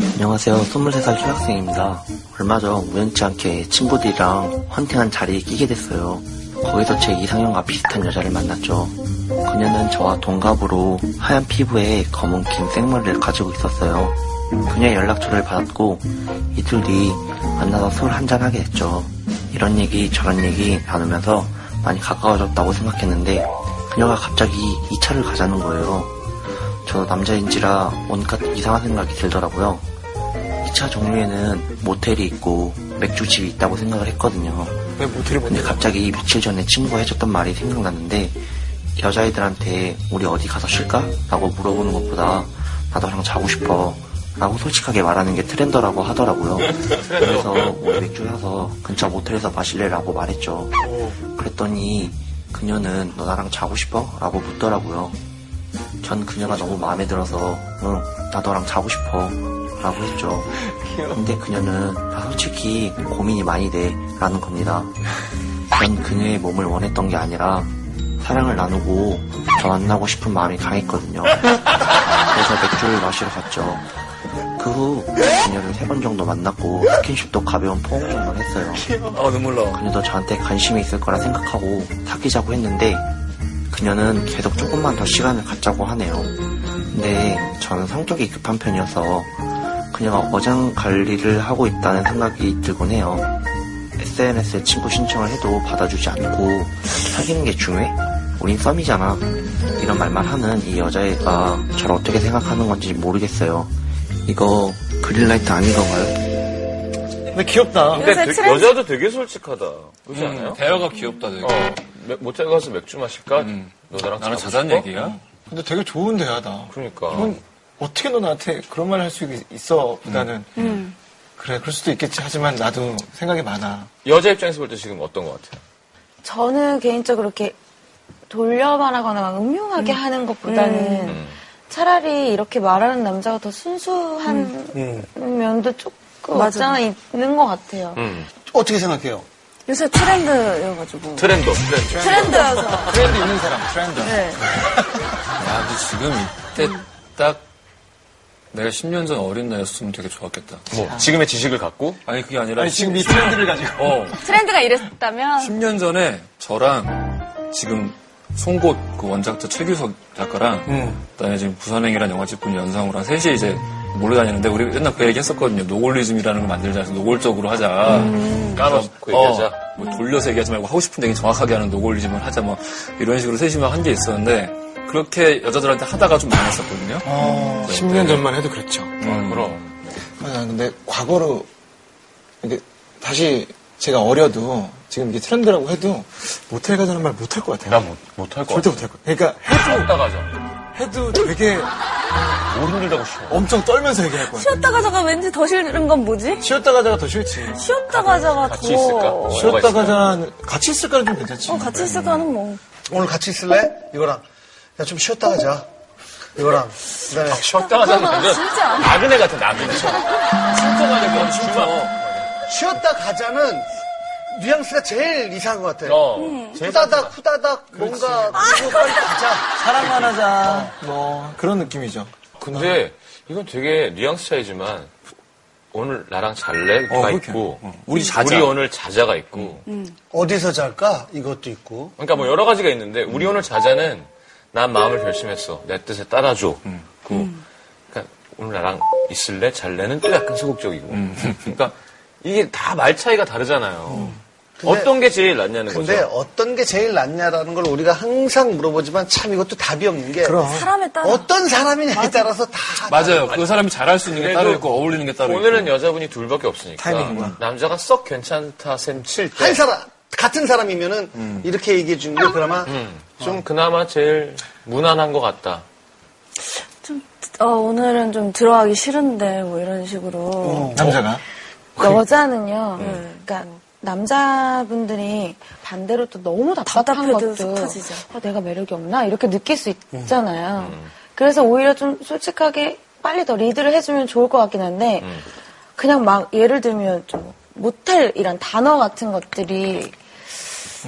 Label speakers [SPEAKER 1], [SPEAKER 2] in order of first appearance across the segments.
[SPEAKER 1] 안녕하세요. 23살 휴학생입니다. 얼마 전 우연치 않게 친구들이랑 헌팅한 자리에 끼게 됐어요. 거기서 제 이상형과 비슷한 여자를 만났죠. 그녀는 저와 동갑으로 하얀 피부에 검은 긴 생머리를 가지고 있었어요. 그녀의 연락처를 받았고 이틀 뒤 만나서 술 한잔하게 됐죠. 이런 얘기 저런 얘기 나누면서 많이 가까워졌다고 생각했는데 그녀가 갑자기 2차를 가자는 거예요. 저 남자인지라 온갖 이상한 생각이 들더라고요. 2차 종류에는 모텔이 있고 맥주집이 있다고 생각을 했거든요.
[SPEAKER 2] 왜뭐 모텔을 못
[SPEAKER 1] 근데
[SPEAKER 2] 내?
[SPEAKER 1] 갑자기 며칠 전에 친구가 해줬던 말이 생각났는데 여자애들한테 우리 어디 가서 쉴까? 라고 물어보는 것보다 나 너랑 자고 싶어 라고 솔직하게 말하는 게 트렌더라고 하더라고요. 그래서 우리 맥주 사서 근처 모텔에서 마실래? 라고 말했죠.
[SPEAKER 2] 어.
[SPEAKER 1] 그랬더니 그녀는 너 나랑 자고 싶어? 라고 묻더라고요. 전 그녀가 너무 마음에 들어서 응, 나 너랑 자고 싶어 라고 했죠. 근데 그녀는 나 솔직히 고민이 많이 돼 라는 겁니다. 전 그녀의 몸을 원했던 게 아니라 사랑을 나누고 더 만나고 싶은 마음이 강했거든요. 그래서 맥주를 마시러 갔죠. 그 후 그녀를 세 번 정도 만났고 스킨십도 가벼운 포옹 정도는 했어요.
[SPEAKER 2] 어 눈물 나.
[SPEAKER 1] 그녀도 저한테 관심이 있을 거라 생각하고 사귀자고 했는데 그녀는 계속 조금만 더 시간을 갖자고 하네요. 근데 저는 성격이 급한 편이어서 그녀가 어장 관리를 하고 있다는 생각이 들곤 해요. SNS에 친구 신청을 해도 받아주지 않고 사귀는 게 중요해? 우린 썸이잖아. 이런 말만 하는 이 여자애가 저를 어떻게 생각하는 건지 모르겠어요. 이거 그린라이트 아닌 건가요?
[SPEAKER 2] 근데 귀엽다.
[SPEAKER 3] 요새
[SPEAKER 4] 되게-
[SPEAKER 3] 트렌드-
[SPEAKER 4] 여자도 되게 솔직하다. 그렇지
[SPEAKER 5] 음.
[SPEAKER 4] 않아요?
[SPEAKER 5] 대화가 귀엽다 되게.
[SPEAKER 4] 어, 맥- 모텔 가서 맥주 마실까? 너 나랑
[SPEAKER 5] 음. 나는
[SPEAKER 4] 자고
[SPEAKER 5] 자잔
[SPEAKER 4] 싶어?
[SPEAKER 5] 얘기야. 음.
[SPEAKER 2] 근데 되게 좋은 대화다.
[SPEAKER 4] 그러니까.
[SPEAKER 2] 이건 어떻게 너 나한테 그런 말 할 수 있어? 보다는 음. 그래 그럴 수도 있겠지. 하지만 나도 생각이 많아.
[SPEAKER 4] 여자 입장에서 볼 때 지금 어떤 것 같아요?
[SPEAKER 3] 저는 개인적으로 이렇게 돌려 말하거나 막 음흉하게 하는
[SPEAKER 6] 음.
[SPEAKER 3] 것보다는
[SPEAKER 4] 음.
[SPEAKER 3] 차라리 이렇게 말하는 남자가 더 순수한 면도 조금
[SPEAKER 6] 음. 예. 맞아.
[SPEAKER 3] 없잖아 있는 것 같아요.
[SPEAKER 4] 음.
[SPEAKER 2] 어떻게 생각해요?
[SPEAKER 6] 요새 트렌드여가지고.
[SPEAKER 4] 트렌더, 트렌드.
[SPEAKER 6] 트렌드여서.
[SPEAKER 2] 트렌드 있는 사람 트렌드.
[SPEAKER 6] 네.
[SPEAKER 5] 야, 아, 근데 지금 이때 딱 내가 10년 전 어린 나였으면 되게 좋았겠다.
[SPEAKER 4] 뭐, 지금의 지식을 갖고?
[SPEAKER 5] 아니 그게 아니라
[SPEAKER 2] 아니 지금 이 트렌드를 가지고
[SPEAKER 5] 어
[SPEAKER 6] 트렌드가 이랬다면.
[SPEAKER 5] 10년 전에 저랑 지금 송곳 그 원작자 최규석 작가랑 그다음에 지금 부산행이라는 영화집 분 연상우랑 셋이 이제 몰래 다니는데 우리 옛날 그 얘기 했었거든요. 노골리즘이라는 걸 만들자 해서 노골적으로 하자.
[SPEAKER 6] 음.
[SPEAKER 4] 까놓고
[SPEAKER 5] 어,
[SPEAKER 4] 얘기하자.
[SPEAKER 5] 뭐 돌려서 얘기하지 말고 하고 싶은 얘기 정확하게 하는 노골리즘을 하자 뭐 이런 식으로 셋이 막 한 게 있었는데 그렇게 여자들한테 하다가 좀 망했었거든요.
[SPEAKER 2] 어, 10년 전만 해도 그렇죠. 그랬죠.
[SPEAKER 5] 음. 그럼.
[SPEAKER 2] 아, 난 근데 과거로 이게 다시 제가 어려도 지금 이게 트렌드라고 해도 모텔 가자는 말 못 할 것 같아요.
[SPEAKER 4] 나 못, 못할 것
[SPEAKER 2] 절대
[SPEAKER 4] 같아.
[SPEAKER 2] 못 할 거야. 그러니까
[SPEAKER 4] 쉬었다 가자.
[SPEAKER 2] 해도 되게
[SPEAKER 4] 뭘 힘들다고 쉬어.
[SPEAKER 2] 엄청 떨면서 얘기할 거야.
[SPEAKER 6] 쉬었다 가자가 왠지 더 싫은 건 뭐지?
[SPEAKER 2] 쉬었다 가자가 더 싫지.
[SPEAKER 6] 쉬었다 가자가
[SPEAKER 4] 아, 같이
[SPEAKER 6] 더.
[SPEAKER 4] 있을까?
[SPEAKER 7] 어,
[SPEAKER 4] 뭐가
[SPEAKER 2] 쉬었다
[SPEAKER 4] 있을까?
[SPEAKER 2] 가자는 같이 있을까는 좀 괜찮지.
[SPEAKER 6] 어, 같이 있을 거는 뭐.
[SPEAKER 7] 오늘 같이 있을래? 이거랑 야 좀 쉬었다 가자 이거랑
[SPEAKER 2] 네.
[SPEAKER 7] 그다음에
[SPEAKER 4] 아, 쉬었다 가자는 완전
[SPEAKER 6] 진짜.
[SPEAKER 4] 나그네 같은 나그네. 신청하는 그런 주마.
[SPEAKER 7] 쉬었다 가자는 뉘앙스가 제일 이상한 것 같아
[SPEAKER 4] 어.
[SPEAKER 7] 후다닥 후다닥 뭔가 그리고 빨리 가자
[SPEAKER 2] 사랑만 하자. 뭐 그런 느낌이죠.
[SPEAKER 4] 근데 이건 되게 뉘앙스 차이지만 오늘 나랑 잘래가
[SPEAKER 5] 어, 그렇게.
[SPEAKER 4] 있고
[SPEAKER 5] 어. 우리 자자. 음.
[SPEAKER 4] 우리 오늘 자자가 있고
[SPEAKER 7] 어디서 잘까? 이것도 있고
[SPEAKER 4] 그러니까 뭐 여러 가지가 있는데 우리 오늘 자자는 난 마음을 결심했어 내 뜻에 따라줘 그
[SPEAKER 3] 음.
[SPEAKER 4] 그러니까 오늘 나랑 있을래 잘래는 또 약간 소극적이고 그러니까 이게 다 말 차이가 다르잖아요
[SPEAKER 3] 음.
[SPEAKER 7] 근데-
[SPEAKER 4] 어떤 게 제일 낫냐는
[SPEAKER 7] 근데
[SPEAKER 4] 거죠
[SPEAKER 7] 어떤 게 제일 낫냐라는 걸 우리가 항상 물어보지만 참 이것도 답이 없는 게
[SPEAKER 6] 사람에 따라.
[SPEAKER 7] 어떤 사람이냐에 따라서 다
[SPEAKER 5] 맞아요. 그 사람이 잘할 수 있는 게 따로
[SPEAKER 4] 그래도
[SPEAKER 5] 있고 어울리는 게 따로 있고.
[SPEAKER 4] 오늘은 여자분이 둘밖에 없으니까
[SPEAKER 2] 타이밍과.
[SPEAKER 4] 남자가 썩 괜찮다 셈칠때
[SPEAKER 7] 한 사람 같은 사람이면은 이렇게 얘기해 주는 게 그나마
[SPEAKER 4] 음. 좀 그나마 제일 무난한 것 같다
[SPEAKER 6] 좀, 어, 오늘은 좀 들어가기 싫은데, 뭐 이런
[SPEAKER 4] 어.
[SPEAKER 6] 식으로.
[SPEAKER 2] 남자가
[SPEAKER 3] 여자는요.
[SPEAKER 6] 음.
[SPEAKER 3] 그러니까 남자분들이 반대로 또 너무 답답한
[SPEAKER 6] 답답해도
[SPEAKER 3] 것도
[SPEAKER 6] 속 터지죠. 음.
[SPEAKER 3] 어, 내가 매력이 없나 이렇게 느낄 수 있잖아요. 그래서 오히려 좀 솔직하게 빨리 더 리드를 해주면 좋을 것 같긴 한데
[SPEAKER 6] 음.
[SPEAKER 3] 그냥 막 예를 들면 좀 모텔이란 단어 같은 것들이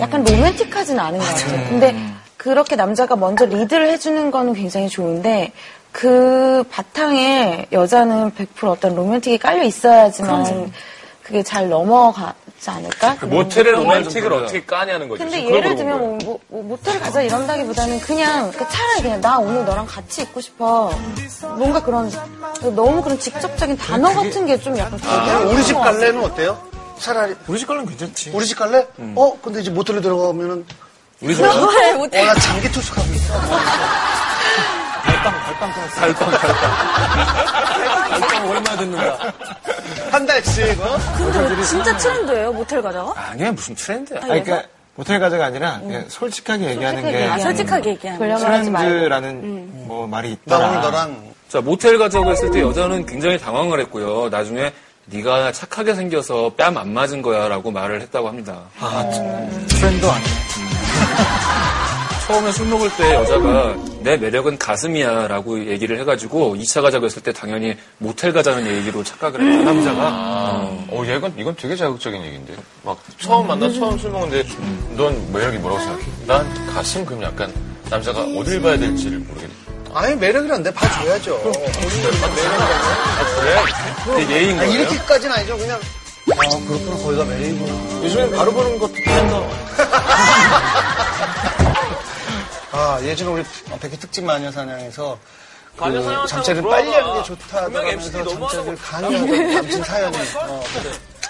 [SPEAKER 3] 약간 로맨틱하진 않은 것 같아요. 근데 그렇게 남자가 먼저 리드를 해주는 거는 굉장히 좋은데 그 바탕에 여자는 100% 어떤 로맨틱이 깔려 있어야지만 그게 잘 넘어가지 않을까?
[SPEAKER 4] 모텔의 로맨틱을
[SPEAKER 5] 그래요.
[SPEAKER 4] 어떻게 까냐는 거죠.
[SPEAKER 3] 근데
[SPEAKER 4] 지금 그걸
[SPEAKER 3] 예를
[SPEAKER 4] 물어본
[SPEAKER 3] 들면
[SPEAKER 4] 거예요.
[SPEAKER 3] 뭐, 뭐, 뭐 모텔 가자 이런다기보다는 그냥 그 차라리 그냥 나 오늘 너랑 같이 있고 싶어 뭔가 그런 너무 그런 직접적인 단어 같은 게 좀 약간
[SPEAKER 7] 그냥 아, 우리 집 갈래는 어때요? 차라리
[SPEAKER 5] 우리 집 가려면 괜찮지.
[SPEAKER 7] 우리 집 갈래? 어? 근데 이제 모텔로 들어가면은
[SPEAKER 5] 우리 집 가면
[SPEAKER 6] 왜 못해?
[SPEAKER 7] 어, 나 장기 투숙하고 있어.
[SPEAKER 5] 갈빵 갈빵. 갈빵 얼마 듣는다.
[SPEAKER 7] 한 달씩. 어?
[SPEAKER 6] 근데 진짜 트렌드예요 모텔 가자가?
[SPEAKER 5] 아니야 무슨 트렌드야.
[SPEAKER 2] 아니, 그러니까 모텔 가자가 아니라 그냥 솔직하게 얘기하는
[SPEAKER 6] 아,
[SPEAKER 3] 솔직하게
[SPEAKER 2] 게 음.
[SPEAKER 3] 얘기하는
[SPEAKER 6] 솔직하게 얘기하면.
[SPEAKER 3] 돌려말 하지 말고
[SPEAKER 2] 트렌드라는 뭐 말이
[SPEAKER 7] 나
[SPEAKER 2] 있다.
[SPEAKER 7] 오늘 너랑
[SPEAKER 5] 자 모텔 가자고 했을 때 여자는 굉장히 당황을 했고요. 나중에 네가 착하게 생겨서 뺨 안 맞은 거야라고 말을 했다고 합니다.
[SPEAKER 2] 트렌드 아니
[SPEAKER 5] 처음에 술 먹을 때 여자가 내 매력은 가슴이야 라고 얘기를 해가지고 2차 가자고 했을 때 당연히 모텔 가자는 얘기로 착각을 했다 남자가
[SPEAKER 4] 어, 야, 이건, 이건 되게 자극적인 얘기인데. 막, 처음 만나, 처음 술 먹는데, 넌 매력이 뭐라고 생각해? 난 가슴, 그럼 약간, 남자가 어딜 봐야 될지를 모르겠네.
[SPEAKER 7] 아니 매력이란데 봐줘야죠.
[SPEAKER 5] 그게 예인
[SPEAKER 7] 아,
[SPEAKER 5] 거예요?
[SPEAKER 7] 이렇게까지는 아니죠. 그냥 아 그렇구나 거기가 매력이구나.
[SPEAKER 2] 요즘엔 바로 보는 것도 트렌드.
[SPEAKER 7] 아 예전에 우리 백희 특집 마녀 사냥에서
[SPEAKER 4] 마녀
[SPEAKER 7] 그
[SPEAKER 4] 사냥한다고
[SPEAKER 7] 잠자리를
[SPEAKER 4] 물어봐.
[SPEAKER 7] 빨리 하는 게 좋다
[SPEAKER 4] 뭐 아, 분명히 MC
[SPEAKER 7] 그러면서
[SPEAKER 4] 너무하는
[SPEAKER 7] 잠자리를 강요하고 남친 사연이 어,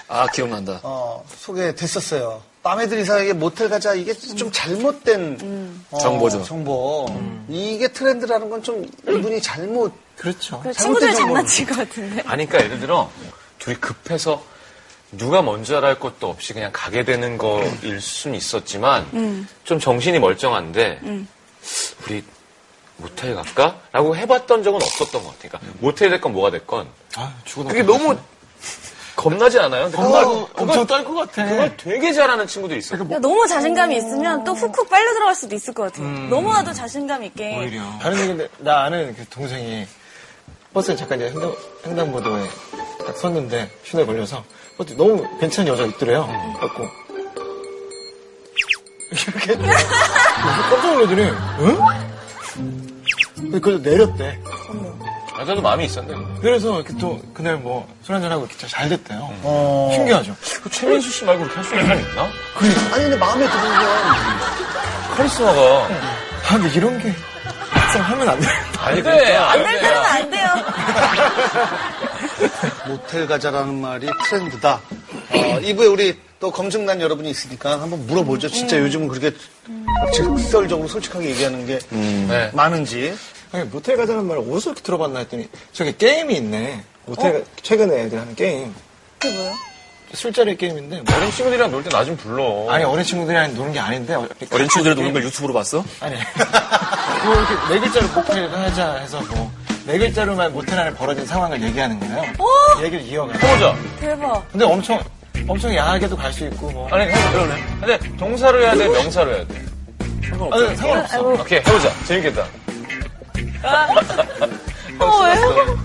[SPEAKER 5] 아 기억난다
[SPEAKER 7] 어, 소개됐었어요. 빰애들 이상하게 모텔 가자 이게
[SPEAKER 4] 음.
[SPEAKER 7] 좀 잘못된 어,
[SPEAKER 5] 정보죠.
[SPEAKER 7] 정보. 이게 트렌드라는 건 좀 이분이 잘못
[SPEAKER 2] 그렇죠.
[SPEAKER 6] 그 친구들
[SPEAKER 7] 잘못된
[SPEAKER 6] 장난친 것 같은데.
[SPEAKER 4] 아니, 그러니까 예를 들어, 둘이 급해서, 누가 먼저라 할 것도 없이 그냥 가게 되는 거일 순 있었지만, 좀 정신이 멀쩡한데, 우리, 모텔 갈까? 라고 해봤던 적은 없었던 것 같아. 그러니까, 모텔 됐건 뭐가 됐건,
[SPEAKER 2] 아, 죽어도
[SPEAKER 4] 그게 너무, 겁나지 않아요? 근데 그걸-
[SPEAKER 2] 엄마도 엄청 떨 것 같아.
[SPEAKER 4] 그걸 되게 잘하는 친구들이 있어.
[SPEAKER 6] 야, 그러니까 너무 자신감이 있으면 또 훅훅 빨려 들어갈 수도 있을 것 같아요.
[SPEAKER 5] 음.
[SPEAKER 6] 너무나도 자신감 있게.
[SPEAKER 5] 어,
[SPEAKER 2] 다른 얘기인데 나 아는 그 동생이 버스에 잠깐 이제 횡단, 횡단보도에 딱 섰는데 신호에 걸려서 버스 너무 괜찮은 여자 있더래요. 갖고 이렇게 했는데 깜짝 놀라더니 응? 근데 그래서 내렸대.
[SPEAKER 4] 뭐 여자도 마음이 있었는데.
[SPEAKER 2] 그래서 이렇게 또 그날 뭐 술 한잔하고 이렇게 잘 됐대요. 신기하죠?
[SPEAKER 4] 그 최민수 씨 말고 그렇게 할 수 있는 사람 있나?
[SPEAKER 7] 아니 근데 마음에 드는 건
[SPEAKER 4] 카리스마가.
[SPEAKER 2] 아, 근데 이런 게 막상 하면 안 돼.
[SPEAKER 4] 안
[SPEAKER 5] 그러니까
[SPEAKER 4] 돼, 안
[SPEAKER 6] 안 되면 안 돼요.
[SPEAKER 7] 모텔 가자라는 말이 트렌드다. 어, 2부에 우리 또 검증단 여러분이 있으니까 한번 물어보죠. 진짜
[SPEAKER 8] 음.
[SPEAKER 7] 요즘은 그렇게 직설적으로 솔직하게 얘기하는 게
[SPEAKER 4] 네.
[SPEAKER 7] 많은지.
[SPEAKER 2] 아니, 모텔 가자는 말을 어디서 이렇게 들어봤나 했더니 저기 게임이 있네. 모텔 가- 최근에 애들 하는 게임.
[SPEAKER 6] 어? 그게 뭐예요?
[SPEAKER 2] 술자리 게임인데 뭐-
[SPEAKER 4] 어린 친구들이랑 놀 때 나 좀 불러.
[SPEAKER 2] 아니 어린 친구들이랑 노는 게 아닌데 어-
[SPEAKER 5] 어린 친구들이 노는 걸 유튜브로 봤어?
[SPEAKER 2] 아니 뭐 이렇게 네 글자로 모텔을 하자 해서 뭐 네 글자로만 모텔 안에 벌어진 상황을 얘기하는 거예요.
[SPEAKER 6] 오!
[SPEAKER 2] 얘기를 이어가.
[SPEAKER 4] 해보자.
[SPEAKER 6] 대박.
[SPEAKER 2] 근데 엄청 엄청 야하게도 갈 수 있고 뭐.
[SPEAKER 4] 아니, 해보자. 그러네. 근데 동사로 해야 돼, 명사로 해야 돼.
[SPEAKER 2] 아니, 상관없어.
[SPEAKER 6] 아이고,
[SPEAKER 4] 오케이, 해보자. 재밌겠다.
[SPEAKER 6] 어, 왜요?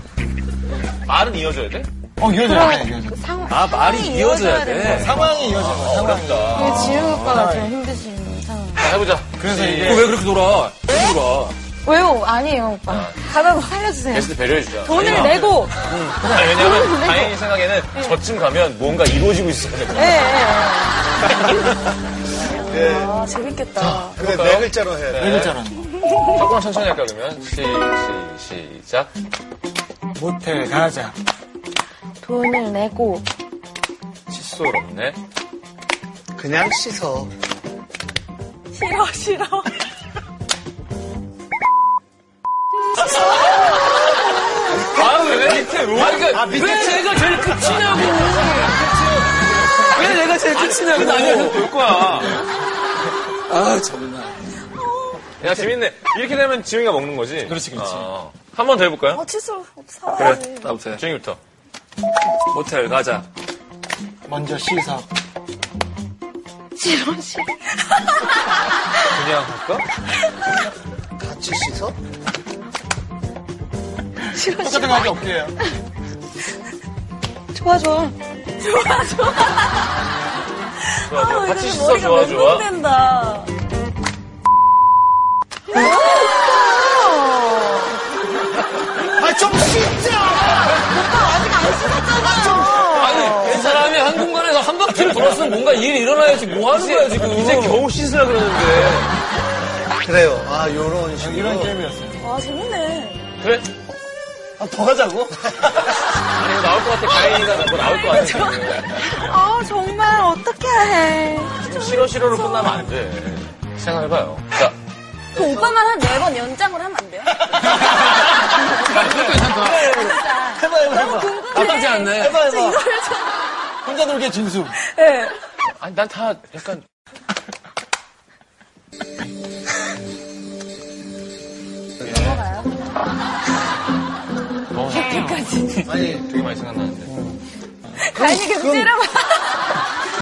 [SPEAKER 4] 말은 이어져야 돼?
[SPEAKER 2] 어 이어져 안 해,
[SPEAKER 6] 그
[SPEAKER 2] 이어져.
[SPEAKER 5] 아 말이 이어져야 돼 아,
[SPEAKER 2] 상황이 이어져. 상황이.
[SPEAKER 3] 지효 오빠가 제일 힘드신 상황
[SPEAKER 4] 자, 해보자.
[SPEAKER 2] 그래서
[SPEAKER 5] 그거
[SPEAKER 2] 이게
[SPEAKER 5] 왜 그렇게 놀아 왜 놀아
[SPEAKER 3] 왜요? 아니에요 오빠 가다가 살려주세요
[SPEAKER 4] 게스트 배려해주자.
[SPEAKER 5] 아.
[SPEAKER 3] 돈을 내고
[SPEAKER 4] 아니, 왜냐면, 다행히 생각에는
[SPEAKER 2] 네.
[SPEAKER 4] 저쯤 가면 뭔가 이루어지고 있어야 될 거야.
[SPEAKER 3] 예, 예, 예.
[SPEAKER 5] 네.
[SPEAKER 6] 아, 재밌겠다.
[SPEAKER 7] 근데 네 글자로 해야 돼.
[SPEAKER 2] 네 글자라는 거.
[SPEAKER 4] 조금만 천천히 할까, 그러면? 시, 시, 시작.
[SPEAKER 2] 모텔 가자.
[SPEAKER 3] 돈을 내고
[SPEAKER 4] 칫솔 없네.
[SPEAKER 7] 그냥 씻어.
[SPEAKER 6] 싫어, 싫어.
[SPEAKER 4] 아, 왜? 밑에 왜? 아니, 그러니까 왜 내가 제일 끝이냐고.
[SPEAKER 5] 왜 내가 제일 끝이냐고
[SPEAKER 4] 아니야, 놀 거야.
[SPEAKER 5] 아 정말
[SPEAKER 4] 야, 재밌네. 이렇게 되면 지웅이가 먹는 거지? 어,
[SPEAKER 2] 그렇지, 그렇지.
[SPEAKER 4] 한 번 더 해볼까요?
[SPEAKER 6] 어, 칫솔 사와야지.
[SPEAKER 5] 그래 나부터 해
[SPEAKER 4] 지웅이부터.
[SPEAKER 5] 모텔 가자
[SPEAKER 2] 먼저 씻어.
[SPEAKER 3] 싫어 싫어
[SPEAKER 4] 그냥 할까?
[SPEAKER 7] 같이 씻어?
[SPEAKER 3] 싫어 싫어
[SPEAKER 2] 똑같은 거밖에 없게요.
[SPEAKER 3] 좋아 좋아
[SPEAKER 4] 좋아, 좋아.
[SPEAKER 6] 어,
[SPEAKER 4] 같이
[SPEAKER 6] 이러면
[SPEAKER 4] 씻어, 좋아,
[SPEAKER 6] 머리가
[SPEAKER 4] 좋아.
[SPEAKER 6] 멘붕된다.
[SPEAKER 5] 아니, 그 사람이 한 공간에서 한 바퀴를 돌았으면 뭔가 일이 일어나야지 뭐 하는 거야, 지금.
[SPEAKER 4] 이제 겨우 씻으라 그러는데.
[SPEAKER 7] 그래요. 아, 요런 식으로.
[SPEAKER 8] 네. 이런 게임이었어요.
[SPEAKER 3] 아, 재밌네.
[SPEAKER 4] 그래?
[SPEAKER 7] 아, 더 가자고?
[SPEAKER 4] 아니, 이거 나올 것 같아. 가인이가 뭐 나올 것 같아.
[SPEAKER 3] 아, 정말 어떻게 해.
[SPEAKER 4] 좀 싫어, 싫어로 끝나면 안 돼. 생각해봐요. 자,
[SPEAKER 3] 그 오빠만 한 네 번 연장을 하면 안 돼요?
[SPEAKER 8] 해봐, 해봐, 해봐.
[SPEAKER 5] 나쁘지 않네.
[SPEAKER 8] 해봐, 해봐. 혼자 놀게 진수.
[SPEAKER 3] 네.
[SPEAKER 4] 아니, 난 다 약간. 넘어가요?
[SPEAKER 7] 아니,
[SPEAKER 4] 되게 많이 생각나는데.
[SPEAKER 3] 가인이 계속 째려봐.